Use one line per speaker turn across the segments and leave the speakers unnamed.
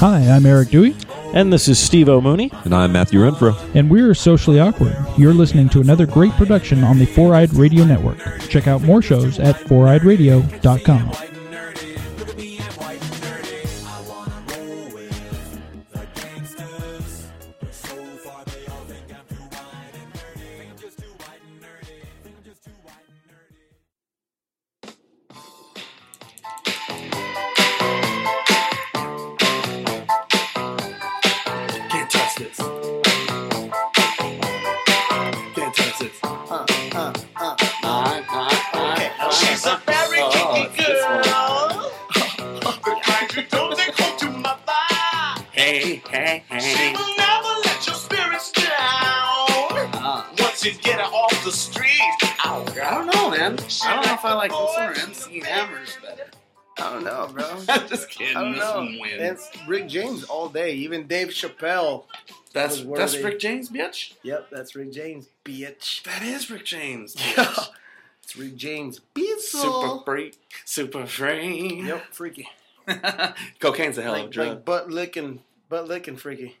Hi, I'm Eric Dewey,
And this is Steve O'Mooney.
And I'm Matthew Renfro.
and we're Socially Awkward. You're listening to another great production on the Four Eyed Radio Network. Check out more shows at foureyedradio.com.
Can't touch this. Can't touch this.
She's a very
Oh,
kinky girl. The kind you don't take home to mother.
Hey, hey,
She
hey.
will never let your spirits down. Once you get her off the street,
Ow, I don't know, man. I don't know if I like this one or MC Hammer's better.
I don't know, bro.
I'm just kidding.
I don't
this
know.
one wins.
That's Rick James all day. Even Dave Chappelle.
That's
Worthy.
that's Rick James, bitch.
Yep, that's Rick James, bitch.
That is Rick James.
Yeah. It's Rick James,
Super
bitch.
freak, super free.
Yep, freaky.
Cocaine's a hell of a
Like,
drug.
like butt licking, butt licking freaky.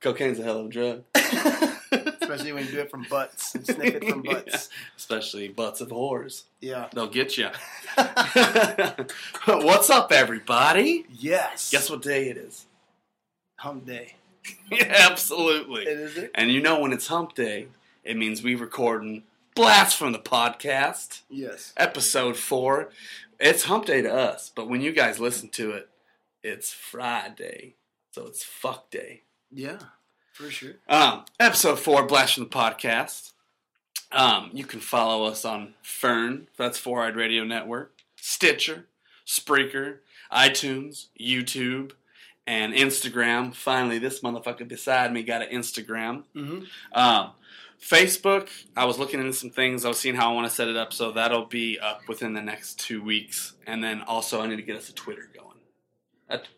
Cocaine's a hell of a drug.
Especially when you do it from butts and sniff it from butts.
Especially butts of whores.
Yeah.
They'll get you. What's up, everybody?
Yes.
Guess what day it is?
Hump day.
Yeah, absolutely.
It is it?
And you know when it's hump day, it means we recording Blast from the Podcast,
Yes.
episode four. It's hump day to us, but when you guys listen to it, it's Friday. So it's fuck day.
Yeah. For sure.
Um, episode four, Blast from the Podcast. Um, you can follow us on Fern, that's Four Eyed Radio Network, Stitcher, Spreaker, iTunes, YouTube, and Instagram. Finally, this motherfucker beside me got an Instagram.
Mm-hmm.
Um, Facebook, I was looking into some things. I was seeing how I want to set it up, so that'll be up within the next two weeks. And then also, I need to get us a Twitter going. That-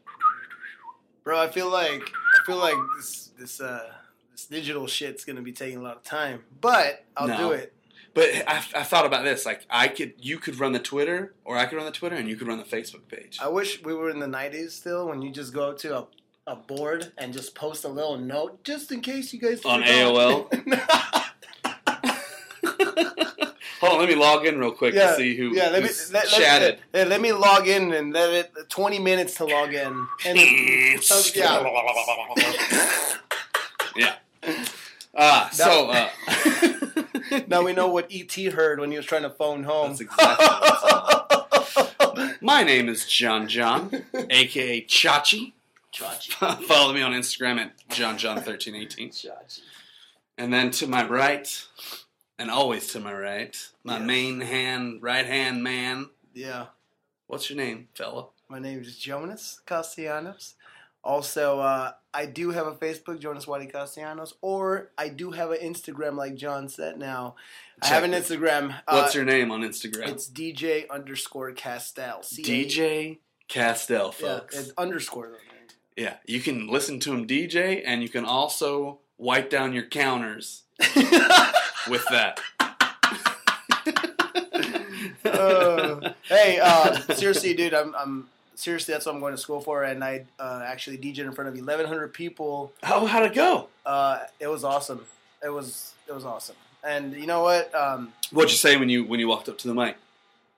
Bro, I feel like I feel like this this uh this digital shit's gonna be taking a lot of time. But I'll
No.
do it.
But I, I thought about this. Like, I could, you could run the Twitter, or I could run the Twitter, and you could run the Facebook page.
I wish we were in the '90s still, when you just go up to a, a board and just post a little note, just in case you guys
On
forgot.
AOL? Hold on, let me log in real quick to see who
yeah, let me
who's
let, let-
chatted.
Let, let me log in and let it 20 minutes to log in. And so, Oh, yeah,
yeah. Ah, so uh,
now we know what ET heard when he was trying to phone home.
that's exactly. What's up. My name is John John, aka Chachi. Chachi. Follow me on Instagram at John John thirteen eighteen. And then to my right, and always to my right, my
Yes.
main hand, right hand man.
yeah,
What's your name, fella?
my name is Jonas Castellanos. Also, uh, I do have a Facebook, Jonas Wadi Castellanos, or I do have an Instagram, like John said. Now, I have an
Check it.
Instagram.
What's
uh,
your name on Instagram?
It's DJ underscore Castell. C A-
DJ Castell,
Yeah,
folks.
it's underscore. though.
Yeah, you can listen to him DJ, and you can also wipe down your counters with that.
Uh, hey, uh, seriously, dude, I'm, I'm seriously that's what I'm going to school for, and I uh, actually DJed in front of 1,100 people.
How how'd it go?
Uh, it was awesome. It was it was awesome. And you know what? Um,
What'd you say when you when you walked up to the mic?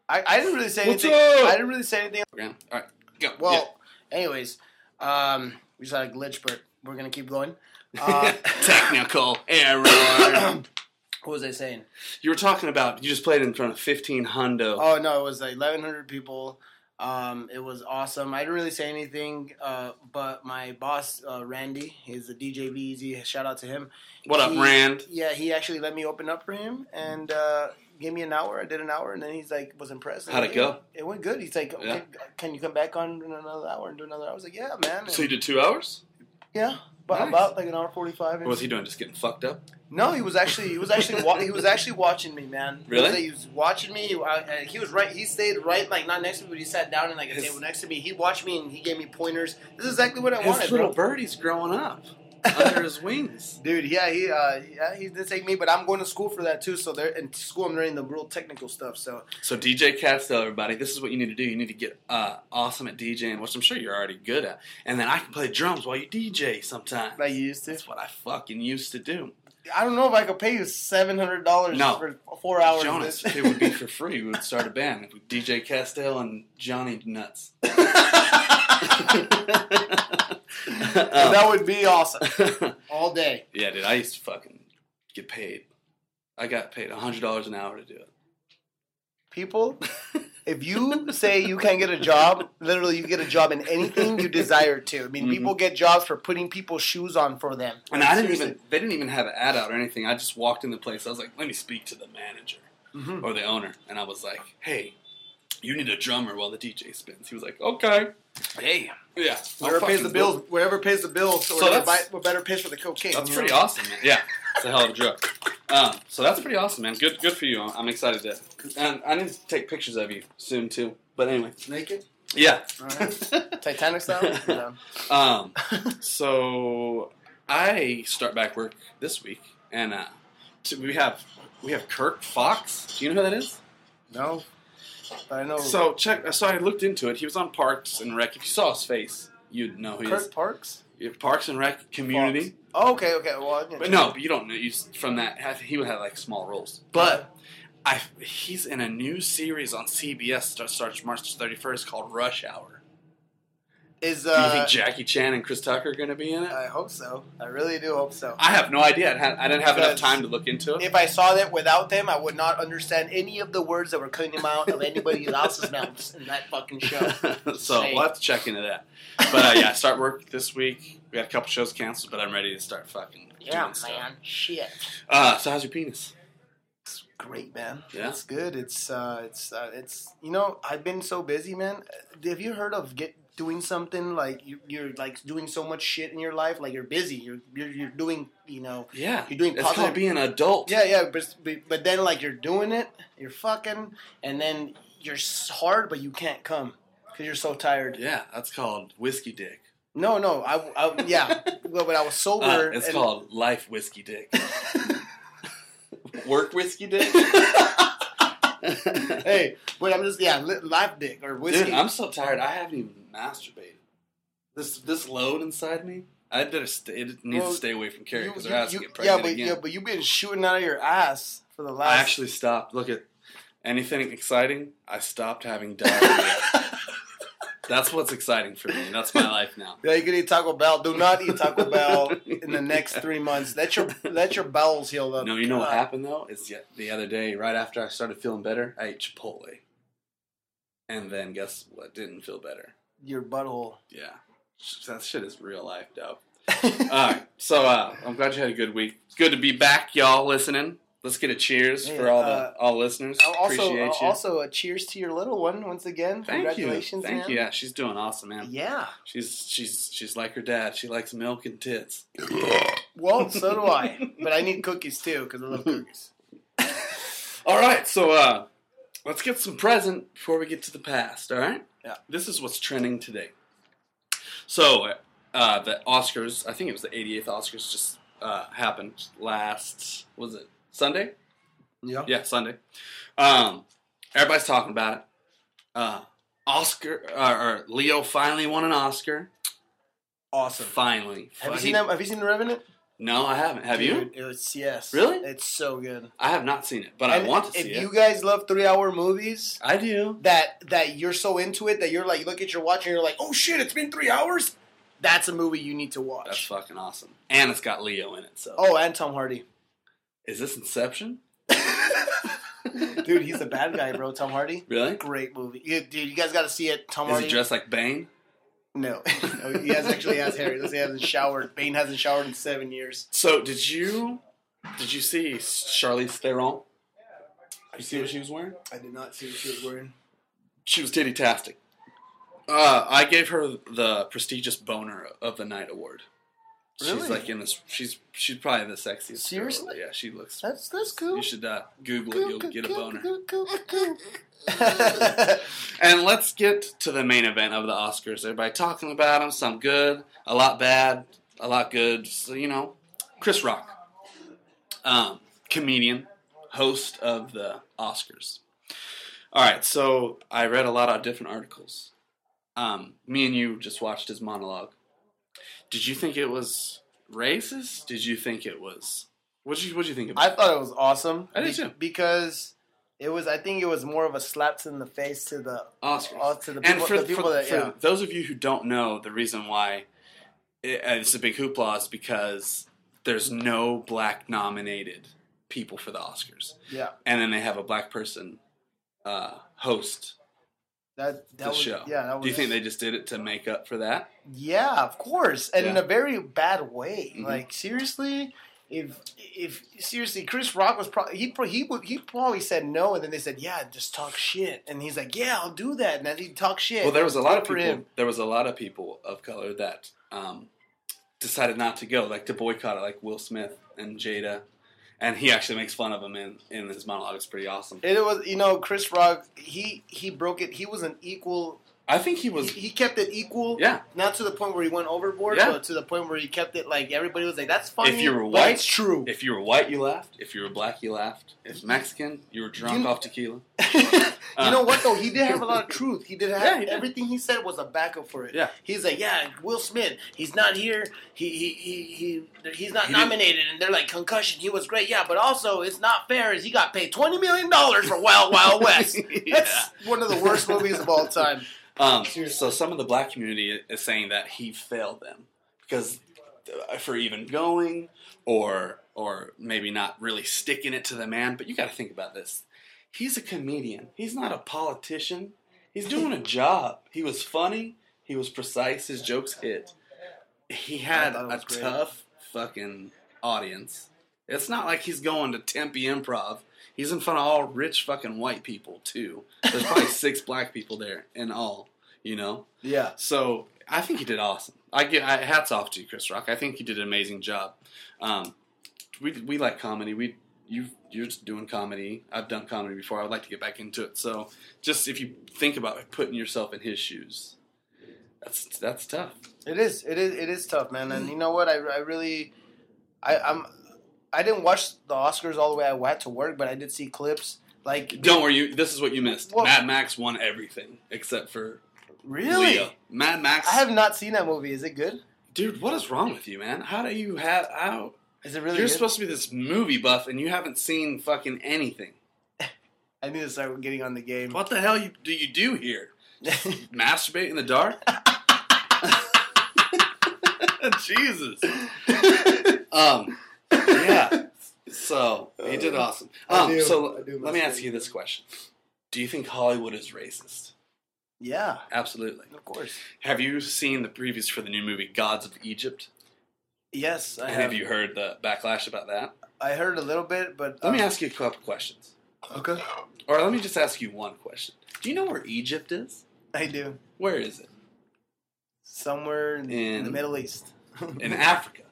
I, I didn't really say
What's
anything.
up?
I didn't really say anything.
All right, go.
Well, anyways, um, we just had a glitch, but we're gonna keep going.
Yeah.
Uh,
technical error.
what was I saying?
you were talking about you just played in front of fifteen hundo.
Oh no, it was like 1,100 people. Um, it was awesome. I didn't really say anything, uh, but my boss uh, Randy, he's the DJ VZ. E Shout out to him.
what up,
he-
Rand?
Yeah, he actually let me open up for him and uh, gave me an hour. I did an hour, and then he's like, was impressed.
How'd it go?
It went good. He's like,
Yeah.
can, can you come back on in another hour and do another? hour? I was like, yeah, man. And-
So you did two hours?
yeah, but
Nice.
about like an hour forty-five.
What was he doing? Just getting fucked up?
No, he was actually he was actually wa- he was actually watching me, man. He was-
Really?
He was, watching me. He, wa- uh, he was right. He stayed right, like not next to me, but he sat down in like a
His-
table next to me. He watched me and he gave me pointers. This is exactly what I
His
wanted,
little
bro.
birdie's growing up. under his wings.
Dude, yeah, he uh, yeah, he did take me, but I'm going to school for that too. So they're in school, I'm learning the real technical stuff. So
So DJ Castell, everybody, this is what you need to do. You need to get uh, awesome at DJing, which I'm sure you're already good at, and then I can play drums while you DJ sometimes.
like you used to,
That's what I fucking used to do.
I don't know if I could pay you seven hundred dollars
No.
for four hours. of
Jonas,
this.
it would be for free. We would start a band. DJ Castell and Johnny Nuts.
that would be awesome
Um,
all day.
yeah, dude, I used to fucking get paid. I got paid hundred dollars an hour to do it.
People, if you say you can't get a job, literally you get a job in anything you desire to. I mean,
Mhm.
people get jobs for putting people's shoes on for them.
And I didn't even
Seriously.
they didn't even have an ad out or anything. I just walked in the place. I was like, let me speak to the manager
Mhm.
or the owner. And I was like, hey, you need a drummer while the DJ spins. He was like, okay.
Hey,
Yeah. I'll
whoever pays
fucking
the
do
bills, whatever pays the bills,
So
so whatever buy,
that's-
what better pays for the cocaine.
it. That's
you
pretty
know?
awesome, man. Yeah. It's a hell of a drug. Um, so that's pretty awesome, man. Good good for you. I'm, I'm excited to. And I need to take pictures of you soon, too. But anyway.
Naked,
Yeah.
all right. Titanic style. Yeah.
Um, so I start back work this week, and uh, t- we have we have Kirk Fox. Do you know who that is?
No, but I know
So check. So I looked into it. He was on Parks and Rec. If you saw his face, you'd know who he
Kirk
is.
Parks.
Yeah, Parks and Rec Community.
Oh, okay, okay. Well, I didn't-
But no, but you don't know. You s- from that have- he would have like small roles. But I he's in a new series on CBS that starts March thirty first called Rush Hour.
is
Do you
uh,
think Jackie Chan and Chris Tucker are going to be in it?
I hope so. I really do hope so.
I have no idea. I had- I didn't have enough
Because-
time to look into it.
If I saw that without them, I would not understand any of the words that were coming out of anybody else's mouths in that fucking show.
so
Hey.
we'll have to check into that. But uh, yeah, I start work this week. We had a couple shows canceled, but I'm ready to start fucking.
Yeah,
doing stuff.
man. Shit.
Uh, so how's your penis?
It's great, man.
Yeah?
It's good. It's uh, it's uh, it's you know, I've been so busy, man. Uh, Have you heard of get doing something like you, you're like doing so much shit in your life, like you're busy, you're you're, you're doing, you know.
Yeah,
You're doing
It's
positive-
called being an adult.
Yeah, yeah, but, but but then like you're doing it, you're fucking, and then you're s- hard, but you can't come because you're so tired.
yeah, that's called whiskey dick.
No, no, I, I yeah, well, but I was sober.
Uh, it's
and-
called life whiskey dick. Work whiskey dick.
Hey, but I'm just yeah, li- life dick or whiskey.
Dude, I'm so tired. I haven't even masturbated. This this load inside me. I better stay. It needs
Well,
to stay away from
You-
Carrie because her
you-
ass
you-
will get
yeah,
pregnant
but
again.
yeah, but you've been shooting out of your ass for the last.
I actually stopped. Look at anything exciting. I stopped having diarrhea. That's what's exciting for me. That's my life now.
Yeah, you can eat Taco Bell. Do not eat Taco Bell in the next three months. Let your let your bowels heal up.
No, you know what
Oh, God.
happened though is yet the other day, right after I started feeling better, I ate Chipotle, and then guess what? Didn't feel better.
Your butthole.
Yeah, Sh- that shit is real life, dope. All right, so uh, I'm glad you had a good week. It's good to be back, y'all listening. Let's get a cheers for
Yeah,
all the
uh,
all listeners.
I'll Also,
Appreciate
I'll
you.
also, uh, cheers to your little one once again.
Thank you.
Congratulations,
Thank
man.
you. Yeah, she's doing awesome, man.
Yeah.
She's she's she's like her dad. She likes milk and tits.
Well, so do I. But I need cookies too because I love
Mm-hmm.
cookies.
All right, so uh, let's get some present before we get to the past. All right.
Yeah.
This is what's trending today. So uh, the Oscars, I think it was the 88th Oscars, just uh, happened last. Was it Sunday?
Yeah.
Yeah, Sunday. Um, everybody's talking about it. Uh, Oscar uh, or, or Leo finally won an Oscar.
Awesome.
Finally.
Have you
He-
seen that? Have you seen The Revenant?
No, I haven't. Have you?
Dude, It's yes.
Really?
It's so good.
I have not seen it, but I
And
want to
if
see
you
it.
guys love three-hour movies
I do.
that that you're so into it that you're like, look at your watch and you're like, oh shit, it's been three hours. That's a movie you need to
That's
watch.
fucking awesome. And it's got Leo in it, so.
Oh, and Tom Hardy,
Is this Inception?
dude, he's a bad guy, bro. Tom Hardy,
Really?
great movie, You- dude. You guys got to see it. Tom
Is
Hardy.
he dressed like Bane?
no, no, he has actually has hair. He hasn't showered. Bane hasn't showered in seven years.
So did you did you see Charlize Theron? You see what she was wearing?
I did not see what she was wearing.
She was titty tastic. Uh, I gave her the prestigious boner of the night award.
Really?
She's like in this. She's she's probably the sexiest. girl.
Seriously?
Yeah, she looks.
That's that's cool.
You should uh, Google it. You'll get a boner.
Cool, cool, cool, cool.
And let's get to the main event of the Oscars. Everybody talking about them. Some good, a lot bad. a lot good. So, you know, Chris Rock, um, comedian, host of the Oscars. All right, so I read a lot of different articles. Um, me and you just watched his monologue. Did you think it was racist? Did you think it was? What you What you think about?
I
it?
thought it was awesome.
I did too.
Because it was, I think it was more of a slap in the face to the
Oscars.
all Oh, to
and
the people,
for,
the people
for-
that
for
yeah.
those of you who don't know, the reason why it, uh, it's a big hoopla is because there's no black nominated people for the Oscars,
yeah.
and then they have a black person uh, host
That that
the
was
show.
yeah. That was,
Do you think they just did it to make up for that?
Yeah, of course, and in
Yeah.
a very bad way.
Mhm.
Like seriously, if if seriously, Chris Rock was probably he pro- he would he probably said no, and then they said yeah, just talk shit, and he's like yeah, I'll do that, and then he talk shit.
Well, there was a lot of
Good for
people.
him.
There was a lot of people of color that um, decided not to go, like to boycott it, like Will Smith and Jada, and he actually makes fun of them in in his monologue. It's pretty awesome.
It was you know Chris Rock he he broke it. He was an equal.
I think he was.
He, he kept it equal.
Yeah.
Not to the point where he went overboard,
Yeah.
but to the point where he kept it like everybody was like, "That's funny."
you were
but
white,
it's true.
If you were white, you laughed. If you were black, you laughed. If Mexican, you were drunk
You-
off tequila.
you know what though? He did have a lot of truth. He did have
Uh, Yeah, he did.
everything he said was a backup for it.
Yeah.
He's like, yeah, Will Smith. He's not here. He he he, he he's
He
not
didn't-
nominated, and they're like concussion. He was great, yeah, but also it's not fair. Is he got paid twenty million dollars for Wild Wild West? That's one of the worst movies of all time.
Um, so some of the black community is saying that he failed them because uh, for even going or or maybe not really sticking it to the man. But you got to think about this. He's a comedian. He's not a politician. He's doing a job. He was funny. He was precise. His jokes hit. He had
thought it
a
was great.
tough fucking audience. It's not like he's going to Tempe Improv. He's in front of all rich fucking white people too. There's probably six black people there in all. You know.
Yeah.
So I think he did awesome. I get I, hats off to you, Chris Rock. I think he did an amazing job. Um, we we like comedy. We you you're just doing comedy. I've done comedy before. I would like to get back into it. So just if you think about like, putting yourself in his shoes, that's that's tough.
It is. It is. It is tough, man.
Mm.
And you know what? I, I really, I, I'm, I didn't watch the Oscars all the way. I had to work, but I did see clips. Like,
Don't worry. You, this is what you missed.
Well-
Mad Max won everything except for
really,
Leo. Mad Max.
I have not seen that movie. Is it good?
dude, what is wrong with you, man? How do you have how?
Is it really?
you're
good?
supposed to be this movie buff, and you haven't seen fucking anything.
I need to start getting on the game.
What the hell you, do you do here? masturbate in the dark? Jesus. um, yeah. So he did awesome.
Uh, I
Um,
do-
so
I do
let me
masturbate.
ask you this question: Do you think Hollywood is racist?
yeah,
Absolutely.
of course.
Have you seen the previews for the new movie Gods of Egypt?
Yes, I
And
have.
have you heard the backlash about that?
I heard a little bit, but
Let me
um,
ask you a couple questions,
Okay,
or let me just ask you one question. Do you know where Egypt is?
I do.
Where is it?
Somewhere in,
In-
the Middle East.
in Africa.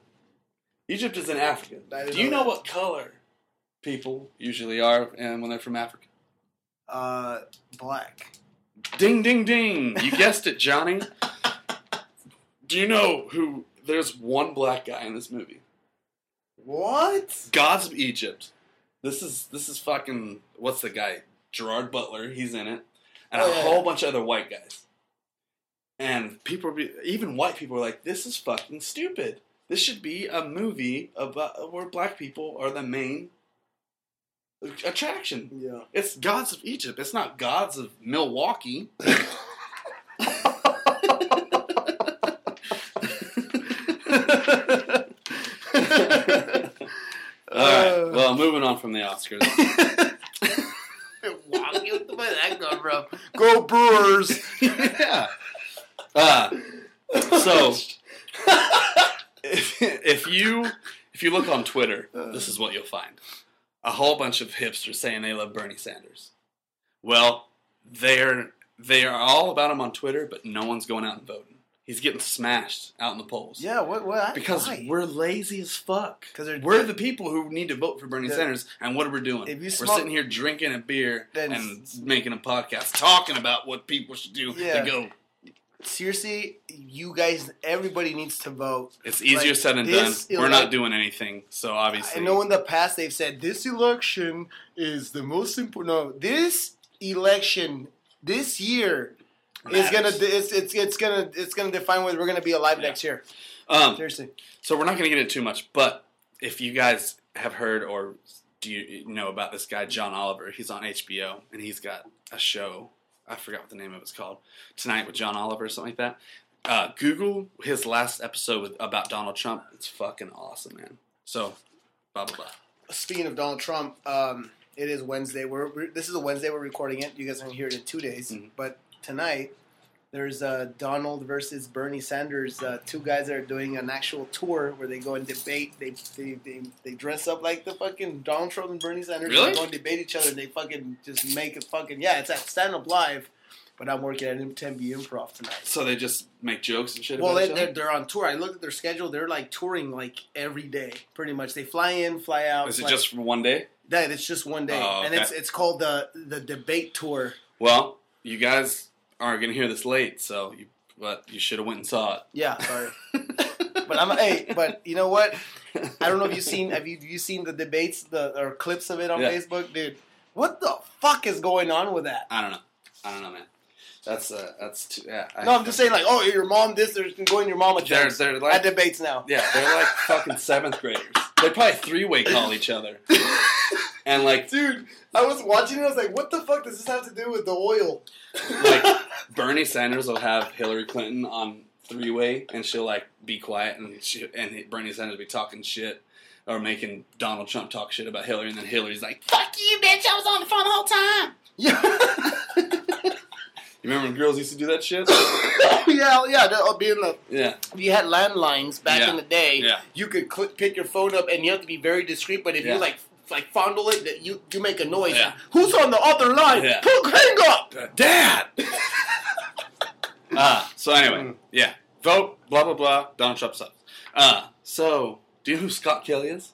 Egypt is in Africa.
I didn't
Do you
know
know
that.
what color people usually are um, when they're from Africa?
uh, black.
Ding, ding, ding! You guessed it, Johnny. Do you know who? There's one black guy in this movie.
What?
Gods of Egypt. This is this is fucking what's the guy? Gerard Butler. He's in it, and
Oh,
a
yeah,
whole
yeah.
bunch of other white guys. And people, be, even white people, are like, "This is fucking stupid. This should be a movie about where black people are the main attraction.
Yeah.
It's Gods of Egypt. It's not Gods of Milwaukee." All right. Well, moving on from the Oscars.
Wow, where did that come from? Go Brewers.
yeah. Uh, so if, if you if you look on Twitter, this is what you'll find: a whole bunch of hipsters saying they love Bernie Sanders. Well, they're they are all about him on Twitter, but no one's going out and voting. He's getting smashed out in the polls.
Yeah. What? What?
Because
why?
we're lazy as fuck.
'Cause they're-
we're the people who need to vote for Bernie
Yeah.
Sanders, and what are we doing?
If you
we're
smoke-
sitting here drinking a beer
Then-
and making a podcast, talking about what people should do
Yeah.
to go
seriously, you guys, everybody needs to vote.
It's easier
Like,
said than done.
this
We're not
elec-
doing anything, so
I
obviously.
know in the past they've said this election is the most important. No, this election this year is gonna
Matters.
it's, it's it's gonna it's gonna define whether we're gonna be alive
Yeah.
next year.
um,
Seriously,
So we're not going to get into too much, but if you guys have heard or do you know about this guy John Oliver, he's on HBO and he's got a show. I forgot what the name of it's called. Tonight with John Oliver or something like that. Uh, Google his last episode with, about Donald Trump. It's fucking awesome, man. So, blah blah blah.
speaking of Donald Trump, um, it is Wednesday. We're, we're this is a Wednesday. We're recording it. You guys are gonna hear it in two days,
Mhm.
but tonight. There's uh, Donald versus Bernie Sanders. Uh, two guys that are doing an actual tour where they go and debate. They they, they, they dress up like the fucking Donald Trump and Bernie Sanders.
Really?
They go and debate each other and they fucking just make a fucking yeah. It's at Stand Up Live, but I'm working at MTMB Improv tonight.
So they just make jokes and shit.
Well,
about
they,
each other?
they're, they're on tour. I looked at their schedule. They're like touring like every day, pretty much. They fly in, fly out.
is it
fly-
just for one day?
that? It's just one day,
Oh,
and
okay.
it's it's called the the debate tour.
Well, you guys are going to hear this late, so you but you should have went and saw it.
Yeah, sorry, but I'm hey, but you know what? I don't know if you've seen have you you seen the debates the or clips of it on
Yeah.
Facebook, dude? What the fuck is going on with that?
I don't know. I don't know, man. That's uh, that's too. Yeah, I-
No, I'm just saying like, oh, your mom this, there's going your mom a
They're,
joke.
they're
At
like,
debates now.
yeah, they're like fucking seventh graders. They probably three way call each other, and like,
Dude, I was watching it. I was like, "What the fuck does this have to do with the oil?"
like Bernie Sanders will have Hillary Clinton on three way, and she'll like be quiet, and she, and Bernie Sanders will be talking shit or making Donald Trump talk shit about Hillary, and then Hillary's like, "Fuck you, bitch! I was on the phone the whole time."
yeah.
You remember when girls used to do that shit?
yeah, yeah. That
uh,
would be in the,
Yeah,
if you had landlines back
Yeah.
in the day,
Yeah.
you could click, pick your phone up, and you have to be very discreet. But if
Yeah.
you like like fondle it, that you you make a noise.
Yeah.
Who's on the other line?
Yeah.
Who- hang up.
Dad. uh, so anyway, yeah, vote blah blah blah. Donald Trump sucks. Uh, so do you know who Scott Kelly is?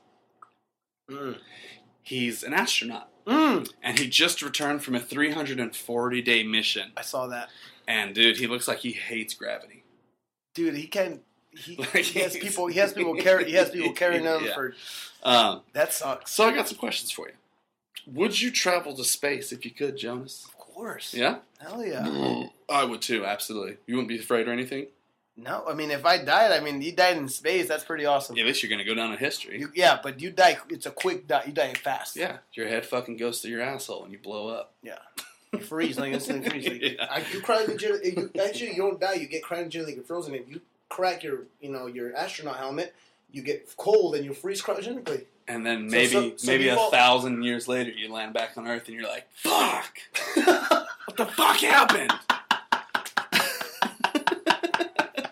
Mm.
He's an astronaut, and he just returned from a 340 day mission.
I saw that,
And dude, he looks like he hates gravity.
dude. He can. He,
Like,
he has
he's-
people. He has people carry. He has people carrying on
Yeah.
for.
Um,
That sucks.
so I got some questions for you. Would you travel to space if you could, Jonas?
Of course.
Yeah,
Hell yeah.
I would too. Absolutely. You wouldn't be afraid or anything.
No, I mean, if I died, I mean, you died in space. That's pretty awesome.
At least you're gonna go down in history.
You, yeah, but you die. It's a quick die. You die fast.
yeah, your head fucking goes to your asshole and you blow up.
You freeze like instantly freeze. Like,
Yeah.
I, you cryogenically. You, actually, you don't die. You get cryogenically frozen. If you crack your, you know, your astronaut helmet, you get cold and you freeze cryogenically.
And then
So-
maybe
so- so
maybe
you
a
fall-
thousand years later, you land back on Earth and you're like, "Fuck! what the fuck happened?"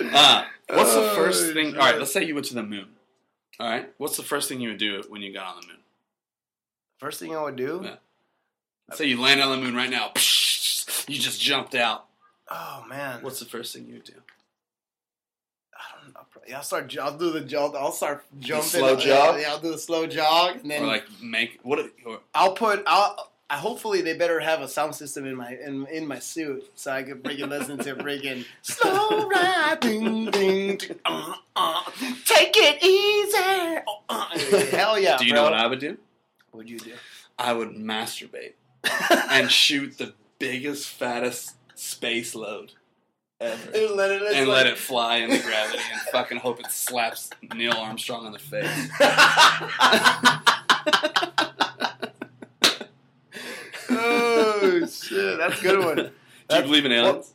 uh, what's the
Oh,
first thing? All right,
shit.
let's say you went to the moon. All right, what's the first thing you would do when you got on the moon?
First thing I would do.
Yeah. Let's say you land on the moon right now. You just jumped out.
Oh man.
What's the first thing you would do?
I don't know. Probably- I'll start. j- I'll do the jog. I'll start jumping.
slow jog?
Yeah, I'll do the slow jog, and then
Or like make what? Or,
I'll put. I'll. I, hopefully, they better have a sound system in my in, in my suit, so I could freaking listen to freaking slow ride, ding ding, ding, uh, uh, take it easy. Oh, uh, hell yeah!
do you
bro.
know what I would do?
What'd you do?
I would masturbate and shoot the biggest, fattest space load ever.
And let it.
and let it fly into gravity and fucking hope it slaps Neil Armstrong in the face.
oh shit! That's a good one.
Do you believe in aliens?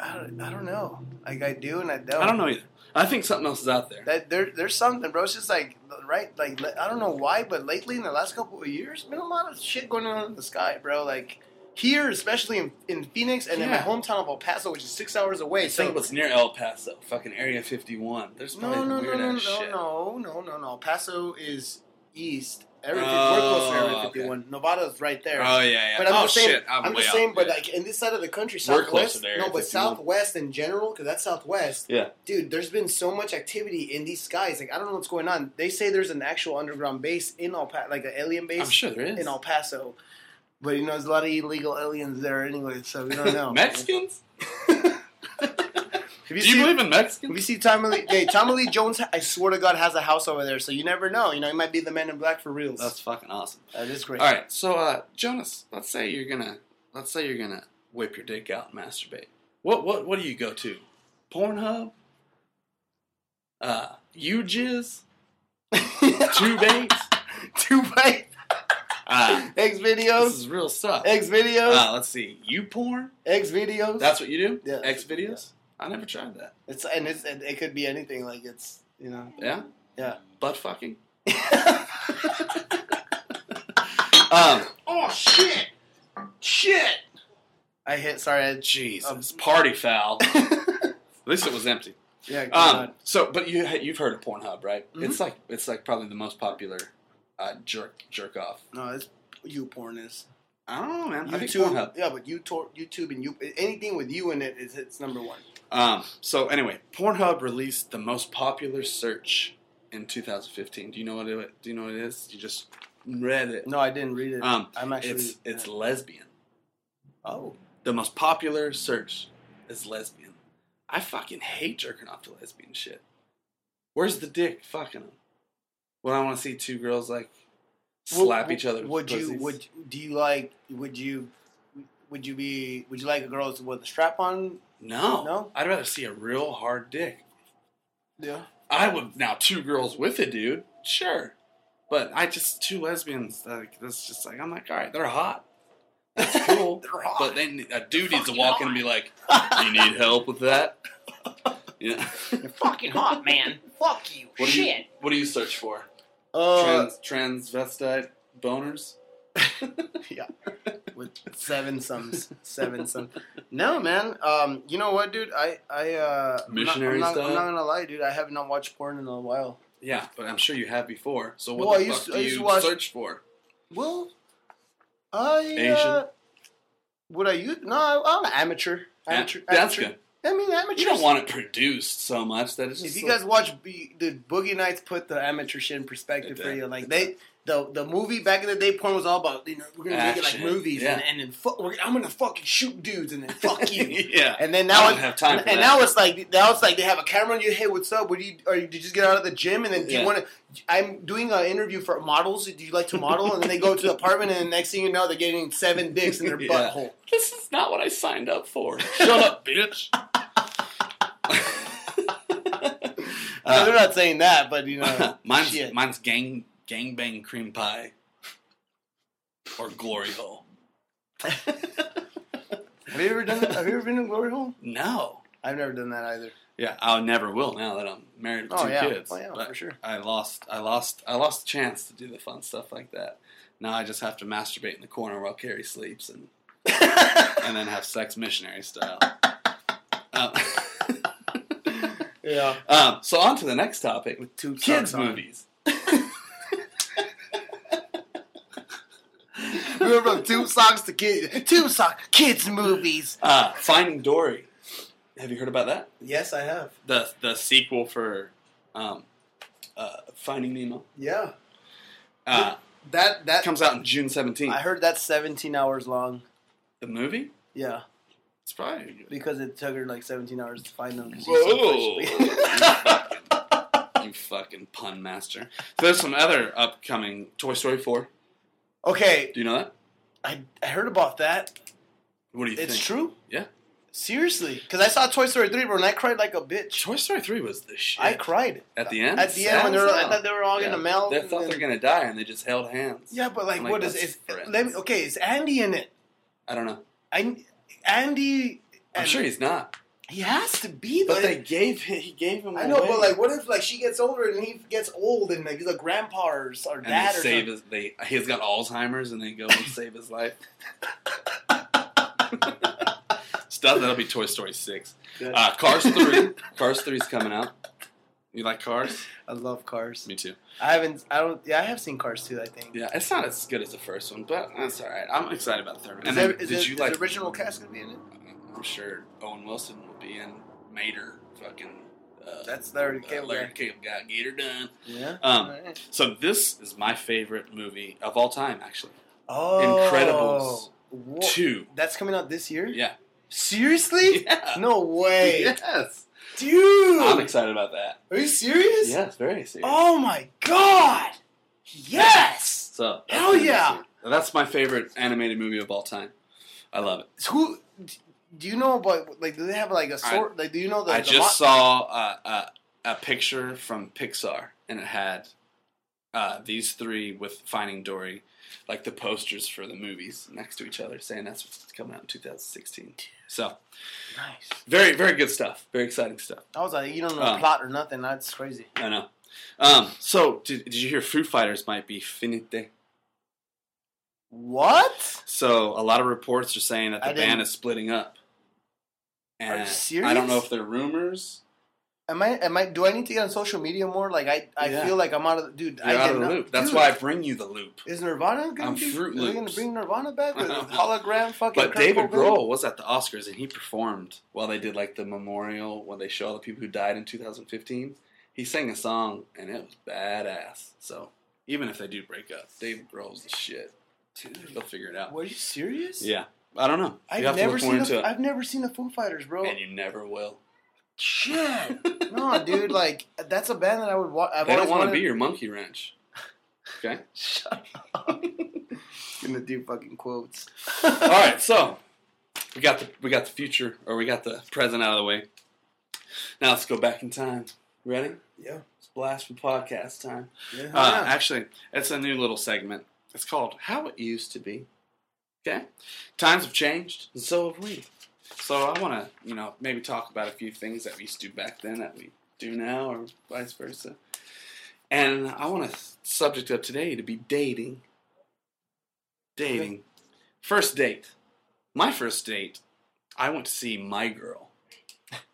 I don't, I don't know. Like I do and I don't.
I don't know either. I think something else is out there.
That there, there's something, bro. It's just like right, like le- I don't know why, but lately in the last couple of years, been a lot of shit going on in the sky, bro. Like here, especially in, in Phoenix and in my
Yeah.
hometown of El Paso, which is six hours away.
Hey, something was near El Paso, fucking Area 51. There's
no,
probably
no, no,
weird
no, no,
ass shit.
no, no, no, no. El Paso is east. Every,
Oh,
we're close to Area
okay.
51. Nevada's right there.
Oh yeah, yeah.
But I'm
oh
just saying,
shit, I'm,
I'm
way
just
out.
saying, but
Yeah.
like in this side of the country,
We're
southwest.
closer to Area
no, but
51.
southwest in general, because that's southwest.
Yeah.
dude, there's been so much activity in these skies. Like I don't know what's going on. They say there's an actual underground base in El Paso, like an alien base
I'm sure there is.
in El Paso. But he knows a lot of illegal aliens there anyway, so we don't know.
Mexicans?
Have you
Do you
seen-
believe in
Have you
Mexicans?
seen Tommy Lee? Hey, Tommy Lee Jones, I swear to God, has a house over there, so you never know. You know, he might be the man in black for reals.
That's fucking awesome.
that is great.
All right, so uh, Jonas, let's say you're gonna let's say you're gonna whip your dick out and masturbate. What what what do you go to? Pornhub? Uh, you jizz? Two baits?
Two bite
Uh,
X
this
videos.
is real stuff.
X videos.
Uh, let's see, you porn?
X videos.
That's what you do?
Yeah.
X videos? I never tried that.
it's and it's and it could be anything. Like it's you know.
Yeah.
Yeah.
Butt fucking. um.
Oh shit! Shit! I hit. Sorry. I,
Jesus. Party foul. At least it was empty.
yeah.
Um.
God.
So, but you you've heard of Pornhub, right?
Mhm.
It's like it's like probably the most popular uh, jerk jerk off.
no, it's you porn is
I don't know, man. I think
YouTube.
Pornhub.
Yeah, but you tor- YouTube and you anything with you in it is it's number one.
Um. So anyway, Pornhub released the most popular search in 2015. Do you know what it? Do you know what it is? You just read it.
No, I didn't read it.
Um.
I'm actually. uh,
It's it's lesbian.
oh.
the most popular search is lesbian. I fucking hate jerking off to lesbian shit. Where's the dick fucking them? When I want to see two girls like slap
Would-
each other. with
Would you?
pussies.
Would do you like? Would you? Would you be? Would you like a girl with a strap on?
no?
No?
I'd rather see a real hard dick.
Yeah.
I would now two girls with a dude, sure, but I just two lesbians. Like that's just like I'm like all right, they're hot. That's cool.
They're hot.
But then a dude needs to walk in and be like, "You need help with that?" Yeah.
Fucking hot, man. Fuck you.
What do you-
Shit.
What do you search for?
Uh,
Trans, transvestite boners.
with seven sums, seven sums. No, man. Um, you know what, dude? I, I, uh, I'm not-
Missionary
I'm not,
style?
I'm not gonna lie, dude. I have not watched porn in a while.
Yeah, but I'm sure you have before. So what
Well, I
the
used
fuck
to- I
do
used
you
to watch-
search for?
Well, I. Uh,
Asian?
would I use? No, I'm an amateur. Amateur.
Yeah, that's
amateur.
good.
I mean, amateur.
You don't want it produced so much that it's just.
If you
like-
guys watch B, the Boogie Nights, put the amateur shit in perspective
It
for
did.
you. Like they, the the movie back in the day, porn was all about you know we're gonna make it
Action,
like movies,
yeah.
and, and then fuck, we're, I'm gonna fucking shoot dudes, and then fuck you.
yeah,
And then
I
now
don't
it's
have time
and,
for
and
that.
now it's like now it's like they have a camera on you. Hey, what's up? What do you are you, did you just get out of the gym? And then do
Yeah.
you want to? I'm doing an interview for models. Do you like to model? and then they go to the apartment, and the next thing you know, they're getting seven dicks in their
Yeah.
butthole.
this is not what I signed up for. Shut up, bitch.
no, they're not saying that, but you know,
Uh, mine's
shit.
mine's gang gangbang cream pie or glory hole.
have you ever done? That? Have you ever been in glory hole?
No.
I've never done that either.
Yeah, I never will now that I'm married with two
Oh yeah,
kids.
oh, yeah,
but
for sure.
I lost, I lost, I lost the chance to do the fun stuff like that. Now I just have to masturbate in the corner while Carrie sleeps, and and then have sex missionary style. Um,
Yeah.
um, so on to the next topic:
With two
kids
socks on.
movies.
We went from two socks to kids. Two sock kids movies.
Uh, Finding Dory. Have you heard about that?
Yes, I have.
The the sequel for um, uh, Finding Nemo
Yeah.
uh,
That that
comes out in June seventeenth.
I heard that's 17 hours long.
The movie.
Yeah,
It's probably
because it took her like 17 hours to find them.
Whoa. You fucking pun master. So there's some other upcoming Toy Story 4.
okay,
Do you know that?
I, I heard about that.
What do you
It's
think?
true.
Yeah.
Seriously, because I saw Toy Story 3, bro, and I cried like a bitch.
Toy Story 3 was the shit.
I cried
At the end?
at the end when they were, I thought they were all gonna melt.
They
and
thought
then-
they were going to die and they just held hands.
Yeah, but like,
I'm like,
what is
that's
it?
friends.
Let me, okay, is Andy in it?
I don't know.
I Andy.
I'm
and-
sure he's not.
He has to be though.
But they gave him, he gave him
I know,
away.
but like, what if like she gets older and he gets old and like he's a grandpa or, s- or
and
dad
they
or
save
something?
his, they, he's got Alzheimer's and they go and save his life. Stuff that'll be Toy Story 6.
Good.
Uh, Cars 3. Cars 3 is coming out. You like Cars?
I love Cars.
Me too.
I haven't. I don't. Yeah, I have seen Cars too. I think.
Yeah, it's not as good as the first one, but that's all right. I'm excited about the third one.
Is,
And
there,
then,
is,
did
there-
you
is
like?
the original cast gonna be in it?
I'm sure Owen Wilson will be in Mater. Fucking. Uh,
That's Larry
uh,
Cable
Larry
guy.
Cable guy. Gator done.
Yeah.
Um,
Alright.
So this is my favorite movie of all time, actually.
Oh, Incredibles
Two.
That's coming out this year.
Yeah.
Seriously?
Yeah.
No way,
Yes.
dude.
I'm excited about that.
Are you serious?
Yes, very serious.
Oh my god! Yes.
So that's
Hell
gonna be
yeah.
serious. That's my favorite animated movie of all time. I love it.
So Who? Do you know about like? Do they have like a sort? like, do you know the?
I
the
just
lot-
saw a, a, a picture from Pixar, and it had uh, these three with Finding Dory, like the posters for the movies next to each other, saying that's what's coming out in 2016. So
Nice.
very, very good stuff. Very exciting stuff.
I was like, you don't know the
Um,
plot or nothing. That's crazy.
I know. Um, so did, did you hear Foo Fighters might be finite?
What?
So a lot of reports are saying that
I
the
didn't-
band is splitting up. And
you serious?
I don't know if they're rumors.
Am I? Am I? Do I need to get on social media more? Like I, I
Yeah.
feel like I'm out of the dude. I
You're out
did
of the
not-
loop. That's
dude,
why I bring you the loop.
Is Nirvana gonna
I'm
be?
Fruit
Are they gonna
Loops.
bring Nirvana back with a hologram? Fucking.
But
Kurt
David
Cobain?
Grohl was at the Oscars and he performed while they did like the memorial when they show all the people who died in 2015. He sang a song and it was badass. So even if they do break up, David Grohl's the shit. They'll figure it out.
Were you serious?
Yeah, I don't know. You
I've
have to
never
look more
seen.
into
A,
it,
I've never seen a Foo Fighters, bro.
and you never will.
Shit. no, dude. Like that's a band that I would watch. I've
They don't
always
want to
wanted-
be your monkey wrench. Okay.
Shut up. gonna do fucking quotes.
All right, so we got the we got the future or we got the present out of the way. Now let's go back in time. Ready?
Yeah.
It's blast from podcast time.
Yeah.
Uh, actually, it's a new little segment. It's called "How It Used to Be." Okay, times have changed, and so have we. So I want to, you know, maybe talk about a few things that we used to do back then that we do now, or vice versa. And I want to subject of today to be dating. Dating, first date. My first date, I went to see My Girl.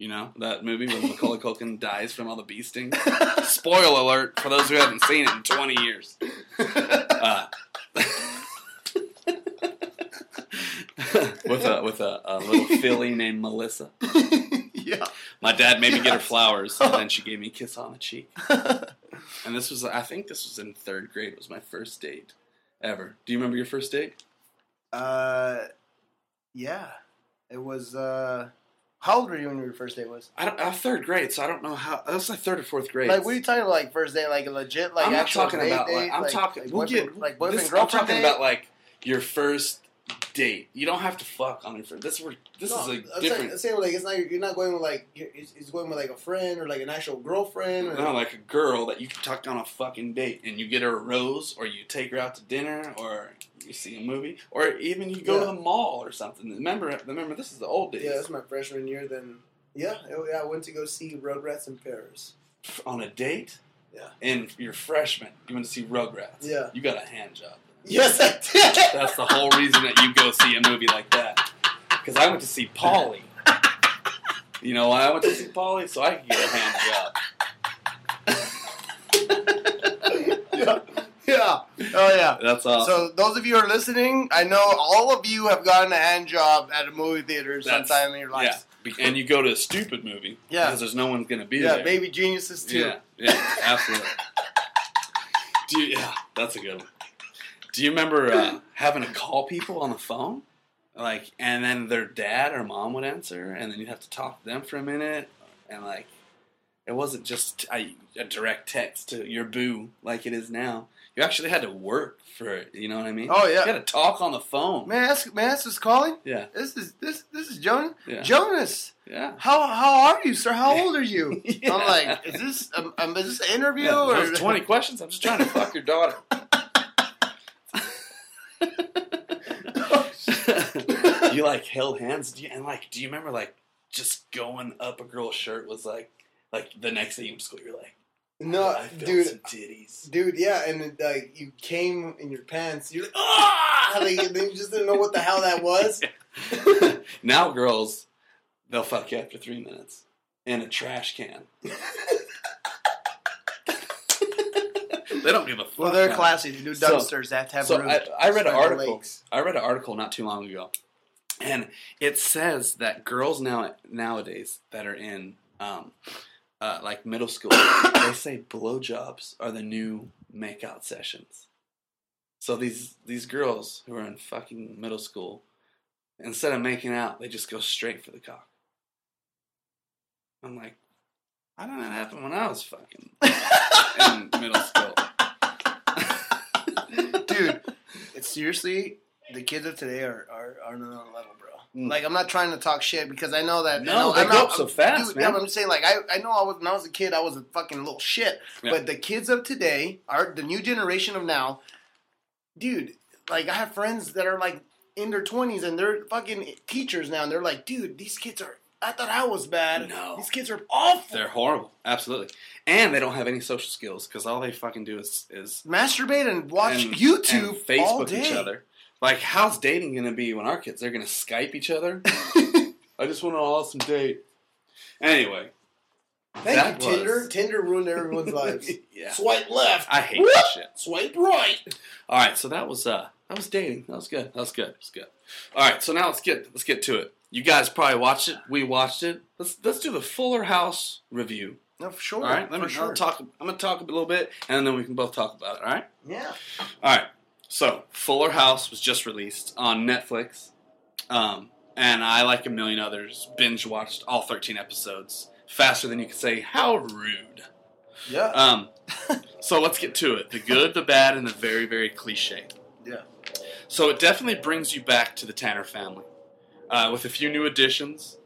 You know that movie where Macaulay Culkin dies from all the bee stings. Spoiler alert for those who haven't seen it in 20 years. Uh, with a with a, a little filly named Melissa.
yeah.
My dad made me get her flowers, and then she gave me a kiss on the cheek. And this was, I think, this was in third grade. It was my first date ever. Do you remember your first date?
Uh, yeah. It was. uh How old were you when your first date was?
I don't. I was third grade, so I don't know how. That was like third or fourth grade.
Like, what are you talking like first date? Like a legit, like
I'm not
actual
talking
date
about
date?
like I'm
like,
talking
like
we'll
boyfriend,
get-
like boyfriend
this- I'm
girlfriend.
talking
date?
about like your first date. You don't have to fuck on your first. This were this
No,
is
I'm
a
saying-
different.
I'm saying like it's not you're not going with like you're, it's, it's going with like a friend or like an actual girlfriend. Or,
No, like a girl that you tucked on a fucking date and you get her a rose or you take her out to dinner or you see a movie or even you go to
Yeah.
the mall or something. Remember, remember this is the old days.
yeah, that's my freshman year. Then yeah, I- I went to go see Rugrats in Paris.
On a date?
Yeah.
And you're freshman. You want to see Rugrats.
Yeah.
You got a hand job.
Yes, I did.
That's the whole reason that you go see a movie like that. Because I went to see Polly. You know why I went to see Polly? So I could get a hand job.
yeah. yeah. Oh yeah.
That's awesome.
So those of you who are listening, I know all of you have gotten a hand job at a movie theater
That's-
sometime in your
yeah.
life.
Be- And you go to a stupid movie.
Yeah.
Because there's no one's going to be
Yeah,
there.
baby geniuses too.
Yeah, yeah, absolutely. Do you, yeah, that's a good one. Do you remember uh, having to call people on the phone, like, and then their dad or mom would answer, and then you'd have to talk to them for a minute, and like, it wasn't just a, a direct text to your boo like it is now. You actually had to work for it. You know what I mean?
Oh, yeah.
You had to talk on the phone.
May I ask? May I ask who's calling?
Yeah,
This is this this is Jonas.
Yeah.
Jonas,
yeah.
how how are you, sir? How old are you?
Yeah.
I'm like, is this um, um, is this an interview
Yeah,
or
those 20 questions. I'm just trying to fuck your daughter. you like held hands do you, and like do you remember like just going up a girl's shirt was like like the next day you school you're like
No,
I felt
dude,
some titties
dude, yeah, and it, like you came in your pants. You're like, ah, like, and then you just didn't know what the hell that was.
now girls they'll fuck you after three minutes in a trash can they don't give a fuck
Well, they're
now.
classy. They do
So-
dumpsters. they have to have
so
rooms.
I, I read an
Spread the
article.
legs.
I read an article not too long ago, and it says that girls now nowadays that are in um, uh, like middle school, they say blowjobs are the new makeout sessions. So these these girls who are in fucking middle school, instead of making out, they just go straight for the cock. I'm like, I don't know what happened when I was fucking in middle school.
dude. It's seriously, the kids of today are are, are on another level, bro.
Mm.
Like I'm not trying to talk shit because I know that.
No,
I know,
they
I'm
go
not-
up so
I'm-
fast,
dude,
man.
yeah, but I'm saying like I, I know I was when I was a kid I was a fucking little shit,
Yeah.
but the kids of today are the new generation of now, dude. Like I have friends that are like in their 20s and they're fucking teachers now, and they're like, dude, these kids are. I thought I was bad.
No.
These kids are awful.
They're horrible, absolutely, and they don't have any social skills because all they fucking do is is
Masturbate and watch
and-
YouTube,
and
all
Facebook
day.
each other. Like, how's dating gonna be when our kids? They're gonna Skype each other. I just want an awesome date. Anyway,
Thank
That
you,
was-
Tinder. Tinder ruined everyone's lives.
yeah,
Swipe left.
I hate that shit.
Swipe right.
All right, so that was uh, that was dating. That was good. That was good. That was good. All right, so now let's get let's get to it. You guys probably watched it. We watched it. Let's let's do the Fuller House review.
No, for sure.
All right, let
for
me I'll talk. I'm gonna talk a little bit, and then we can both talk about it. All right.
Yeah.
All right. So Fuller House was just released on Netflix, um, and I, like a million others, binge watched all 13 episodes faster than you could say. How rude.
Yeah.
Um, so let's get to it. The good, the bad, and the very, very cliche.
Yeah.
So it definitely brings you back to the Tanner family, uh, with a few new additions.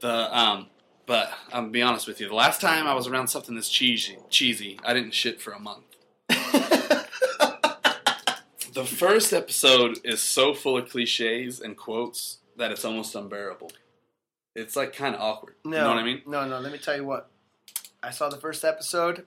The um, but I'm gonna be honest with you. The last time I was around something this cheesy, cheesy, I didn't shit for a month. the first episode is so full of cliches and quotes that it's almost unbearable. It's like kind of awkward.
no,
You know what I mean?
No, no. Let me tell you what. I saw the first episode.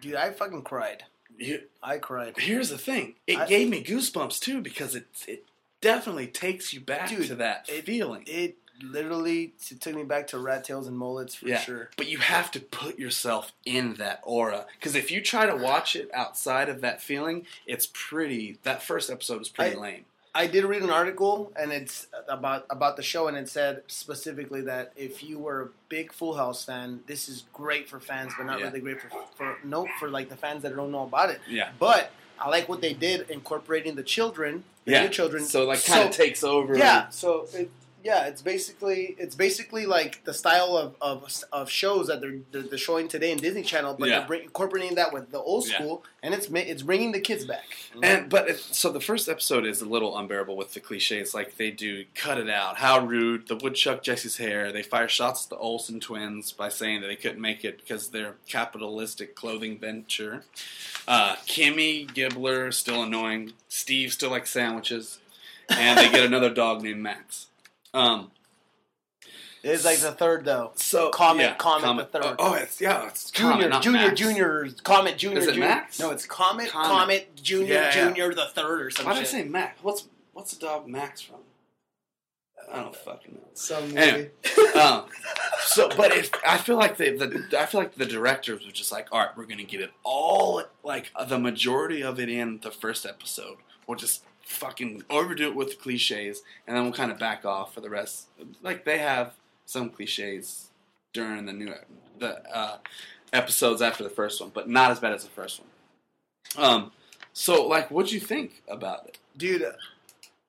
Dude, I fucking cried.
You-
I cried.
here's the thing it
I-
gave me goosebumps too because it it definitely takes you back
Dude,
to that
it-
feeling
It literally t- took me back to rat tails and mullets for
Yeah.
sure.
but you have to put yourself in that aura because if you try to watch it outside of that feeling it's pretty that first episode is pretty
I-
lame
I did read an article and it's about about the show and it said specifically that if you were a big Full House fan, this is great for fans, but not
Yeah.
really great for, for no for like the fans that don't know about it.
yeah
But I like what they did incorporating the children, the
yeah
new children.
so like kind of
So-
takes over
yeah. So it, yeah, it's basically it's basically like the style of, of, of shows that they're, they're they're showing today in Disney Channel, but
Yeah.
they're bring, incorporating that with the old
Yeah.
school, and it's ma- it's bringing the kids back. Mm-hmm.
And but it, so the first episode is a little unbearable with the cliches, like they do cut it out. How rude! The woodchuck Jesse's hair. They fire shots at the Olsen twins by saying that they couldn't make it because their capitalistic clothing venture. Uh, Kimmy Gibbler still annoying. Steve still likes sandwiches, and they get another dog named Max. Um,
It's like the third though.
so
Comet, Comet the
Comet.
third.
Oh, it's yeah, it's
Junior,
Comet, not
Junior,
Max.
Junior, Comet, Junior,
Is it
Junior.
Max?
No, it's Comet,
Comet.
Comet, Junior,
Yeah, yeah.
Junior, the third or something.
Why did I say Max? What's what's the dog Max from? I don't fucking know.
Some
Anyway. um, so, but if I feel like the, the I feel like the directors were just like, all right, we're gonna get it all, like the majority of it in the first episode. We'll just fucking overdo it with the cliches, and then we'll kind of back off for the rest. Like they have some cliches during the new the uh, episodes after the first one, but not as bad as the first one. Um, so like, what'd you think about it?
dude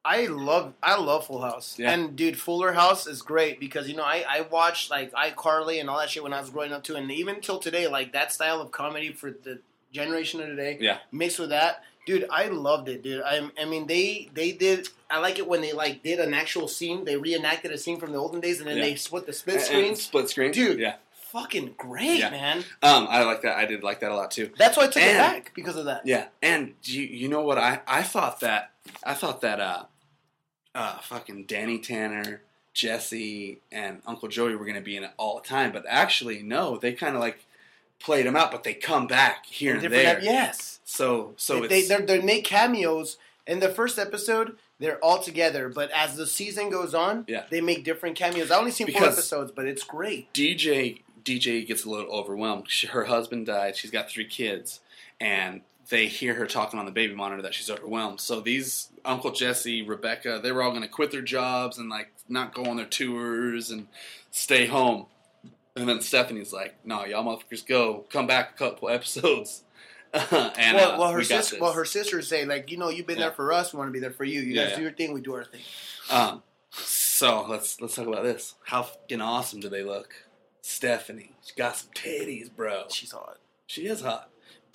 i love i love full house
Yeah.
and dude fuller house is great because you know i i watched like icarly and all that shit when i was growing up too and even till today like that style of comedy for the generation of today
Yeah.
mixed with that dude i loved it dude i, I mean they they did i like it when they like did an actual scene they reenacted a scene from the olden days and then
Yeah.
they split the split
And- and
screens
split screen,
Dude.
Yeah,
fucking great
Yeah.
man
um, I like that. I did like that a lot too.
that's why i took
And-
it back because of that
Yeah, and you you know what I I thought that I thought that uh uh fucking Danny Tanner, Jesse, and Uncle Joey were gonna be in it all the time, but actually no, they kind of like played them out, but they come back here and,
Different-
there.
yes
So so
they,
it's
they, they they make cameos in the first episode. They're all together, but as the season goes on,
Yeah.
they make different cameos. I only seen four
Because-
episodes, but it's great.
DJ DJ gets a little overwhelmed. She, her husband died. She's got three kids, and they hear her talking on the baby monitor that she's overwhelmed. So these Uncle Jesse, Rebecca, they were all going to quit their jobs and like not go on their tours and stay home. And then Stephanie's like, "No, y'all motherfuckers go. Come back a couple episodes." and
well,
uh,
well, her
we got
sister,
this.
well, her sisters say like, you know, you've been
Yeah.
there for us. We want to be there for you. You
Yeah,
guys
yeah.
do your thing. We do our thing.
Um, so let's let's talk about this. How fucking awesome do they look? Stephanie, she got some titties, bro.
She's hot.
She is hot.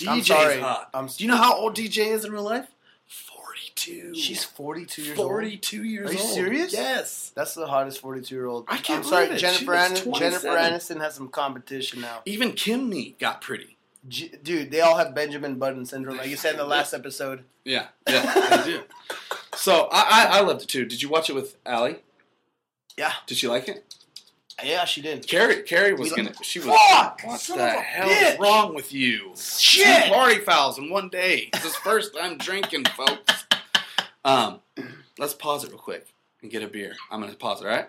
I'm
DJ's
sorry.
hot.
I'm-
Do you know how old DJ is in real life? Forty-two.
She's 42 years old.
forty-two years old.
Are you serious?
Yes.
That's the hottest 42 year old.
I can't
I'm sorry,
believe it. She
Jennifer
was
Aniston. Jennifer
27.
Aniston has some competition now.
Even Kimmy got pretty.
G- Dude, they all have Benjamin Button syndrome, like you said in the last episode.
Yeah, yeah, they do. So I, I I loved it too. Did you watch it with Allie?
Yeah.
Did she like it?
Yeah, she did.
Carrie Carrie was
We
gonna.
like-
She was.
Fuck!
What
Son
the
of a
hell
bitch!
is wrong with you? Two
Shit!
party fouls in one day. This is first time drinking, folks. Um, let's pause it real quick and get a beer. I'm gonna pause it. All right.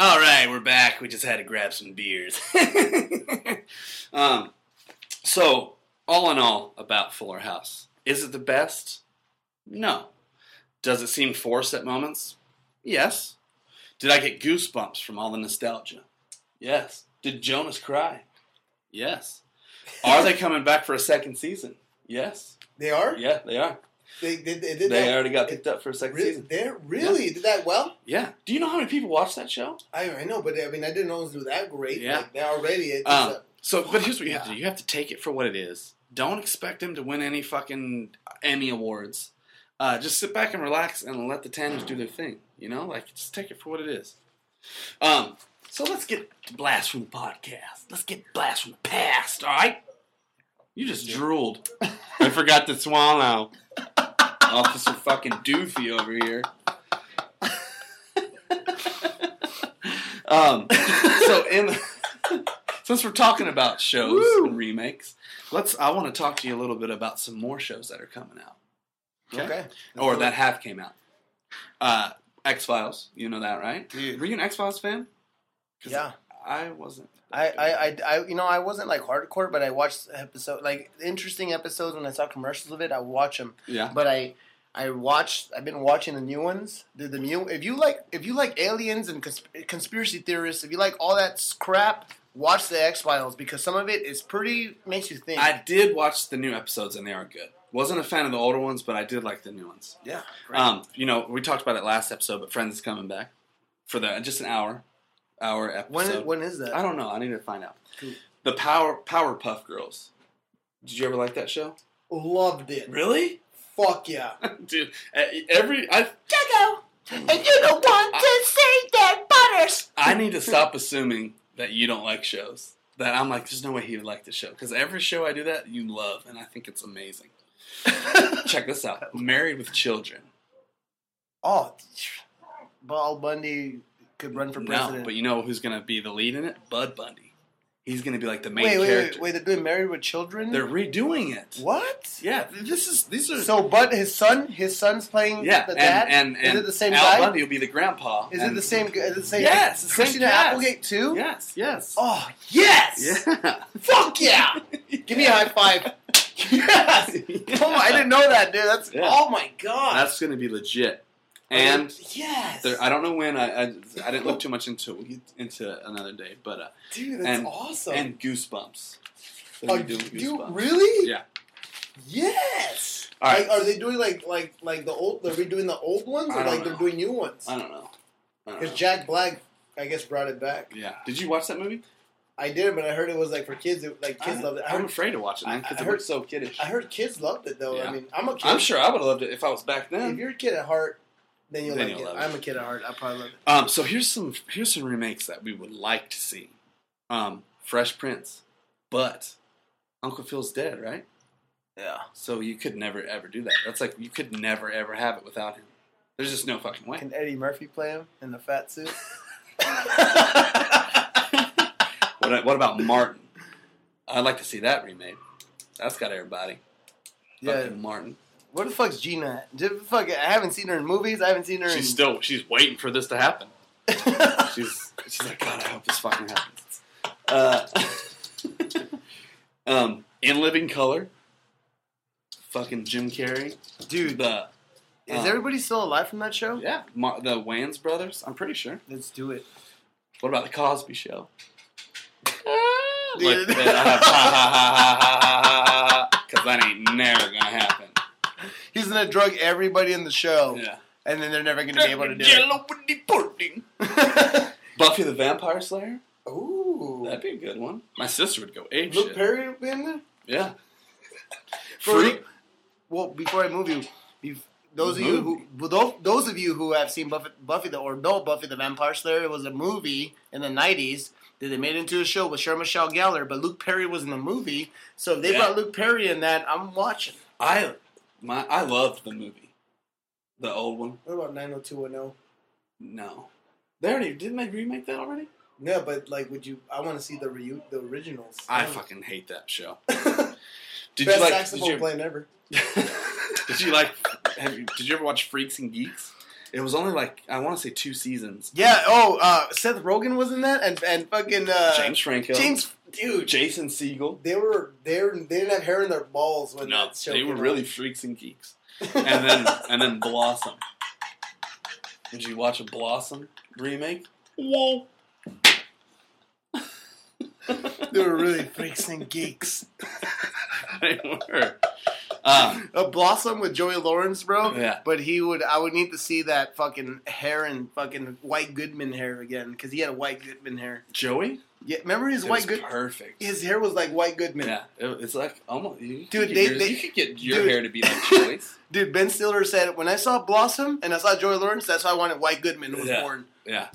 All right, we're back. We just had to grab some beers. um, so all in all, about Fuller House, is it the best? No. Does it seem forced at moments? Yes. Did I get goosebumps from all the nostalgia? Yes. Did Jonas cry? Yes. Are they coming back for a second season? Yes.
They are?
Yeah, they are.
They, they, they
They
did that.
already got picked up for a second
Really,
season.
they're, really? Did that well?
Yeah. Do you know how many people watch that show?
I, I know, but I mean, I didn't always do that great.
Yeah.
Like, they're already. It's
Um,
a-
so, but here's what you have to do: you have to take it for what it is. Don't expect them to win any fucking Emmy awards. Uh, just sit back and relax and let the tanners do their thing. You know, like just take it for what it is. Um, so let's get to blast from the podcast. Let's get blast from the past. All right. You just drooled. I forgot to swallow. Officer fucking Doofy over here. um, so in, since we're talking about shows and remakes, let's. I want to talk to you a little bit about some more shows that are coming out,
okay.
or that have came out. Uh, X Files, you know that, right?
Dude.
Were you an X Files fan? 'Cause
Yeah.
I wasn't.
I, I, I, I, you know, I wasn't like hardcore, but I watched episode like interesting episodes when I saw commercials of it. I watch them,
Yeah.
but I, I watched. I've been watching the new ones. The the new. If you like, if you like aliens and consp- conspiracy theorists, if you like all that s- crap, watch the X Files because some of it is pretty makes you think.
I did watch the new episodes and they are good. Wasn't a fan of the older ones, but I did like the new ones.
yeah,
Um, you know, we talked about it last episode, but Friends is coming back for the just an hour, hour episode.
when is, when is that?
I don't know. I need to find out.
Cool.
The Power Powerpuff Girls. Did you ever like that show?
Loved it.
Really,
Fuck yeah.
dude? e- Every I
Juggo, and you don't want to say that butters.
I need to stop assuming that you don't like shows. That I'm like, there's no way he would like this show because every show I do that you love, and I think it's amazing. Check this out: Married with Children.
Oh, Ball Bundy could run for president.
No, but you know who's gonna be the lead in it? Bud Bundy. He's gonna be like the main
wait, wait,
character.
wait, wait, they're doing Married with Children?
They're redoing it.
what?
Yeah, th- this is these are
So, but his son, his son's playing
yeah,
the
and,
dad.
and and
is it the same
Al
guy?
Bundy will be the grandpa.
Is it
and-
the same? gu- Is it the same?
Yes, the same
Christina
cast.
Applegate too.
Yes, yes.
Oh yes!
yeah.
Fuck yeah! Give me a high five. yes. Oh, I didn't know that, dude. That's
Yeah.
oh my god.
That's gonna be legit. And
Oh, yes,
there, I don't know when I, I I didn't look too much into we'll get into another day, but uh,
dude, that's
and-
awesome.
and Goosebumps. They're
Oh,
redoing
dude,
Goosebumps.
really?
Yeah.
Yes.
All right.
Like, are they doing like like like the old? They're redoing the old ones,
I
or
don't
like they're
know.
doing new ones?
I don't know. I don't know.
Because Jack Black, I guess, brought it back.
yeah. Did you watch that movie?
I did, but I heard it was like for kids. It, like kids
I,
loved it. I
am
heard,
afraid to watch it, man,
I-
because
I
it
heard-
looks so kiddish.
I heard kids loved it though.
Yeah.
I mean, I'm a kid.
I'm sure I would have loved it if I was back
If
then.
you're a kid at heart, then you'll
Then
like
you'll
it.
love it.
I'm a kid at heart. I probably love it.
Um, so here's some here's some remakes that we would like to see. Um, Fresh Prince, but Uncle Phil's dead, right?
Yeah.
So you could never ever do that. That's like you could never ever have it without him. There's just no fucking way.
Can Eddie Murphy play him in the fat suit?
What, what about Martin? I'd like to see that remade. That's got everybody.
Yeah.
Fucking Martin.
Where the fuck's Gina? at? Did, fuck, I haven't seen her in movies. I haven't seen her. in...
She's still she's waiting for this to happen. she's she's like, God, I hope this fucking happens. Uh, um, in Living Color, fucking Jim Carrey,
Dude,
the
is
um,
everybody still alive from that show?
yeah Mar- the Wayans brothers. I'm pretty sure.
Let's do it.
Ah. What about the Cosby Show? Like that I have ha ha ha ha ha ha ha because that ain't never gonna happen.
He's gonna drug everybody in the show,
Yeah.
and then they're never gonna be able to do
Yellow with the pudding.
it.
Buffy the Vampire Slayer.
Ooh,
That'd be a good one. My sister would go ape
Luke
shit.
Perry been there.
Yeah.
For-
Freak.
Well, before I move you, bef- those of
Mm-hmm.
you who well, tho- those of you who have seen Buffy, Buffy the or know Buffy the Vampire Slayer, it was a movie in the '90s that they made into a show with Sarah Michelle Gellar, but Luke Perry was in the movie. So if they
Yeah.
brought Luke Perry in that, I'm watching.
I my I loved the movie, the old one.
What about 90210?
No, they already didn't they remake that already?
No, but like, would you? I want to see the reu- the originals.
I fucking hate that show. Did
Oh.
you
Best
like? Did
saxophone
you,
playing ever.
did you like? Have you, did you ever watch Freaks and Geeks? It was only like I want to say two seasons.
Yeah. Oh, uh, Seth Rogen was in that, and and fucking uh,
James Franco,
James, dude.
Jason Siegel.
They were they were, they didn't have hair in their balls when
No,
that show
they
came
were
out.
really Freaks and Geeks, and then and then Blossom. Did you watch a Blossom remake? Whoa.
they were really freaks and geeks.
They were. Um,
A blossom with Joey Lawrence, bro.
Yeah.
But he would I would need to see that fucking hair and fucking White Goodman hair again because he had a White Goodman hair.
Joey?
Yeah, remember his
It was
White Good.
perfect.
His hair was like White Goodman.
yeah, it- it's like almost. You
Dude,
could get
they-
yours-
they-
you could get your
dude.
hair to be like Joey's.
Dude, Ben Stiller said when I saw Blossom and I saw Joey Lawrence, that's why I wanted White Goodman was
Yeah.
born.
yeah.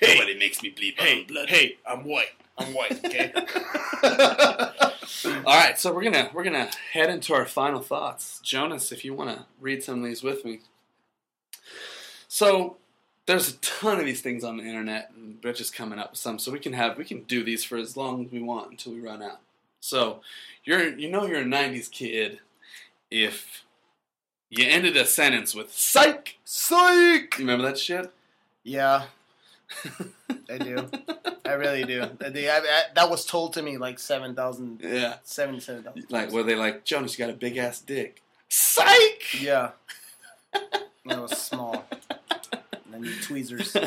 Nobody makes me bleed my own blood. Hey, I'm white. I'm white, okay?
All right, so we're gonna we're gonna head into our final thoughts, Jonas. If you wanna read some of these with me. So there's a ton of these things on the internet, and Rich is coming up with some, so we can have we can do these for as long as we want until we run out. So you're you know you're a '90s kid if you ended a sentence with "psych."
Psych.
You remember that shit?
Yeah, I do. I really do. I, do. I, I, that was told to me like seven thousand,
Yeah.
seventy-seven thousand.
Like where they like Jonas, you got a big ass dick. Psych.
Yeah. And it was small. And I need tweezers.
All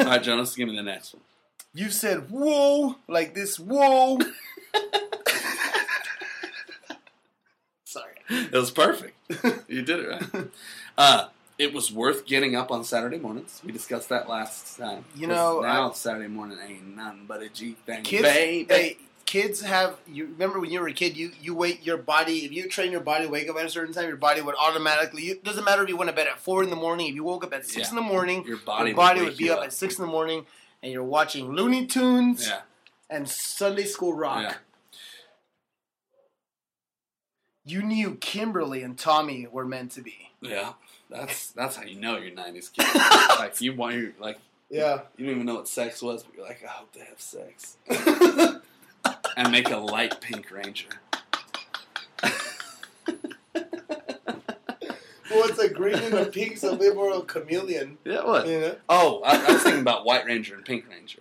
right, Jonas, give me the next one.
You said whoa like this whoa. Sorry.
It was perfect. You did it right. Uh, it was worth getting up on Saturday mornings. We discussed that last time.
You know,
'Cause now Saturday morning ain't nothing but a G thing,
Kids
baby.
hey, kids have you remember when you were a kid you you wait your body if you train your body to wake up at a certain time your body would automatically you, doesn't matter if you went to bed at four in the morning if you woke up at six
Yeah.
in the morning
Your body
your body
would
would
wake
be
you
up,
up.
at six in the morning and you're watching Looney Tunes
Yeah,
and Sunday School Rock.
yeah.
You knew Kimberly and Tommy were meant to be.
Yeah, that's that's how you know you're '90s kid. like you want your like
Yeah.
you don't even know what sex was, but you're like, I hope they have sex. and make a light pink ranger.
Well, it's a green and a pink, so they were a chameleon.
Yeah, what?
You know?
Oh, I, I was thinking about White Ranger and Pink Ranger.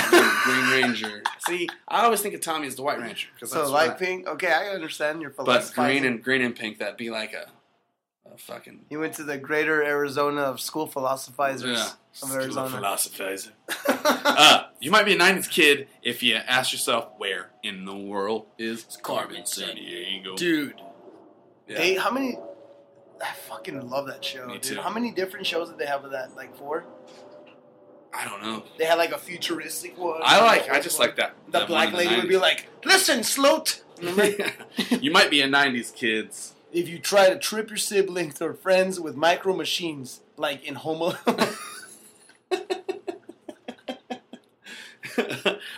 Green, Green Ranger. See, I always think of Tommy as the White Ranger because
So light pink. Okay, I understand your
But
philosophy.
green and green and pink, that'd be like a, a fucking
you went to the Greater Arizona of School Philosophizers
yeah.
of Arizona.
philosophizer. uh, you might be a '90s kid if you ask yourself, where in the world is Carmen San Diego?
Dude,
Yeah.
they how many? I fucking love that show,
Me
dude.
too.
How many different shows did they have with that? Like four?
I don't know.
They had like a futuristic one.
I like. I just like that.
The
that
black
one in
lady
the
would be like, "Listen, sloat." Remember?
90s. you might be a '90s kids.
if you try to trip your siblings or friends with micro machines, like in Homo.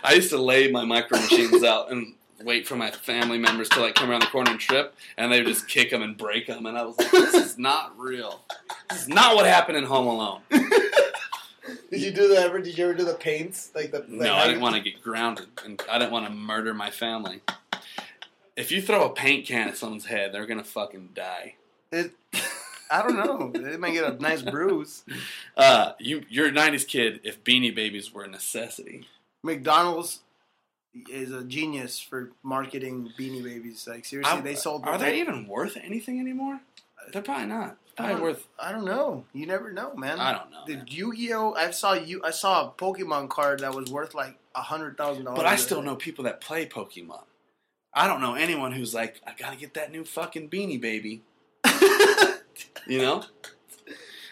I used to lay my micro machines out and wait for my family members to like come around the corner and trip, and they would just kick them and break them, and I was like, "This is not real. This is not what happened in Home Alone."
Did you do that ever? Did you ever do the paints? Like the
No, I didn't want to get grounded, and I didn't want to murder my family. If you throw a paint can at someone's head, they're gonna fucking die.
It, I don't know. It might get a nice bruise.
Uh, you, you're a '90s kid. If Beanie Babies were a necessity,
McDonald's is a genius for marketing Beanie Babies. Like seriously,
I-
they sold.
Are they even worth anything anymore? They're probably not.
I
Probably
don't,
worth.
I don't know. You never know, man.
I don't know,
The
man.
Yu-Gi-Oh! I saw you. I saw a Pokemon card that was worth like a hundred thousand dollars.
But I still know people that play Pokemon. I don't know anyone who's like, I gotta get that new fucking beanie baby. you know?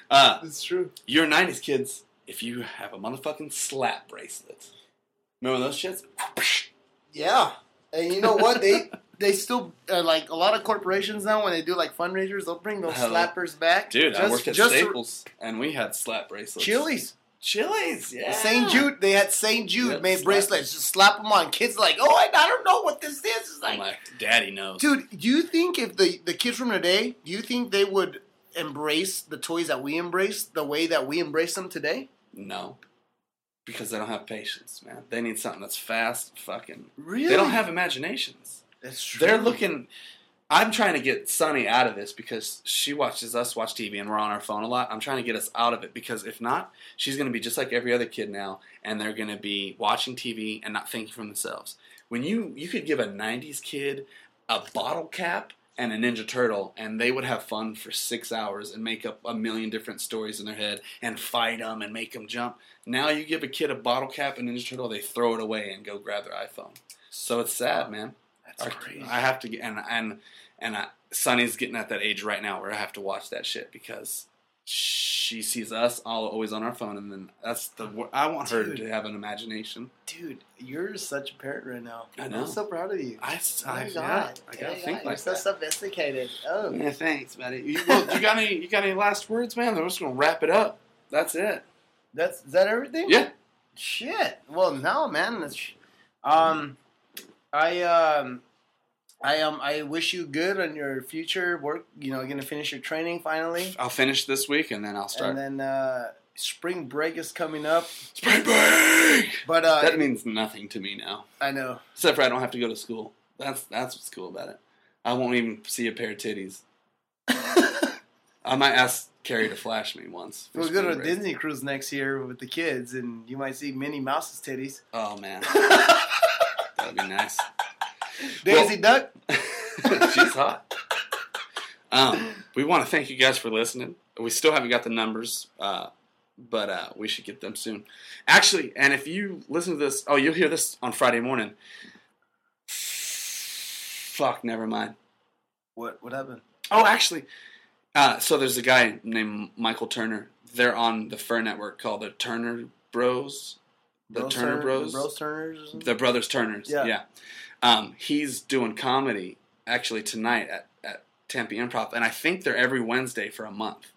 Uh,
It's true.
your 90s kids, if you have a motherfucking slap bracelet. Remember those shits?
Yeah, and you know what? They they still uh, like a lot of corporations now when they do like fundraisers, they'll bring those
Hell.
slappers back.
Dude, I
Just-
worked at
just
Staples and we had slap bracelets.
Chili's.
Chili's, yeah.
St. Jude, they had St. Jude
Yep,
made
slap.
bracelets. Just slap them on. Kids like, oh, I, I don't know what this is. It's
I'm
like,
like, daddy knows.
dude, do you think if the the kids from today, do you think they would embrace the toys that we embrace the way that we embrace them today?
No. Because they don't have patience, man. They need something that's fast, fucking.
Really?
They don't have imaginations.
That's true.
They're looking. I'm trying to get Sunny out of this because she watches us watch TV and we're on our phone a lot. I'm trying to get us out of it because if not, she's going to be just like every other kid now, and they're going to be watching TV and not thinking for themselves. When you you could give a '90s kid a bottle cap and a Ninja Turtle, and they would have fun for six hours and make up a million different stories in their head and fight them and make them jump. Now you give a kid a bottle cap and Ninja Turtle, they throw it away and go grab their iPhone. So it's sad, man.
That's
Our-
crazy.
I have to get and and and I, Sonny's getting at that age right now where I have to watch that shit because she sees us all always on our phone, and then that's the wor- I want her
Dude.
to have an imagination.
Dude, you're such a parent right now.
I know.
I'm so proud of you.
I, s-
Oh my
I- yeah,
God.
I gotta
Yeah, yeah,
think
you're
like
so
that.
sophisticated. Oh,
Yeah, thanks, buddy. You, well, you got any? You got any last words, man? We're just gonna wrap it up. That's it.
that's is that everything?
Yeah.
Shit. Well, no, man. That's, um, I um, I um, I wish you good on your future work. You know, gonna finish your training finally,
I'll finish this week and then I'll start.
and then uh, spring break is coming up.
Spring break.
But uh,
That means nothing to me now,
I know.
except for I don't have to go to school. That's that's what's cool about it. I won't even see a pair of titties. I might ask Carrie to flash me once. for
We'll go to
spring
a
break.
Disney cruise next year with the kids, and you might see Minnie Mouse's titties.
Oh man, that'd be nice.
Daisy Duck.
She's hot. Um, we want to thank you guys for listening. We still haven't got the numbers, uh, but uh, we should get them soon. Actually, and if you listen to this, oh, you'll hear this on Friday morning. Fuck, never mind.
What what happened?
Oh, actually, uh, so there's a guy named Michael Turner. They're on the Fur Network called the Turner Bros. The
Bros
Turner
Turner-
Bros.
The Bros Turners. or something?
The Brothers Turners.
Yeah.
Yeah. Um, he's doing comedy actually tonight at, at Tempe Improv, and I think they're every Wednesday for a month.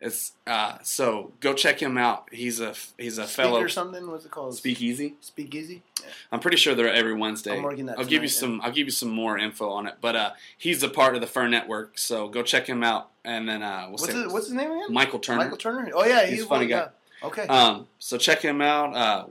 It's uh, so go check him out. He's a he's a
Speak
fellow
or something. What's it called?
speakeasy.
Speakeasy.
I'm pretty sure they're every Wednesday.
I'm working that
will give you
tonight, yeah.
some. I'll give you some more info on it. But uh, he's a part of the Fur Network, so go check him out. And then uh, we'll
What's
see.
his, what's his name again?
Michael Turner.
Michael Turner. Oh yeah, he's,
He's a funny
one,
guy.
yeah. Okay.
Um, so check him out. Uh,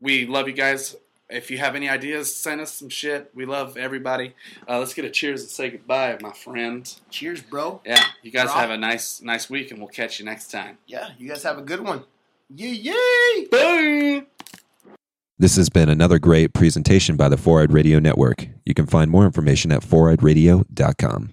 we love you guys. If you have any ideas, send us some shit. We love everybody. Uh, let's get a cheers and say goodbye, my friend.
Cheers, bro.
Yeah, you guys
Rob.
have a nice, nice week, and we'll catch you next time.
Yeah, you guys have a good one. Yeah, yay!
Bye.
This has been another great presentation by the Four Eyed Radio Network. You can find more information at foureyedradio.com.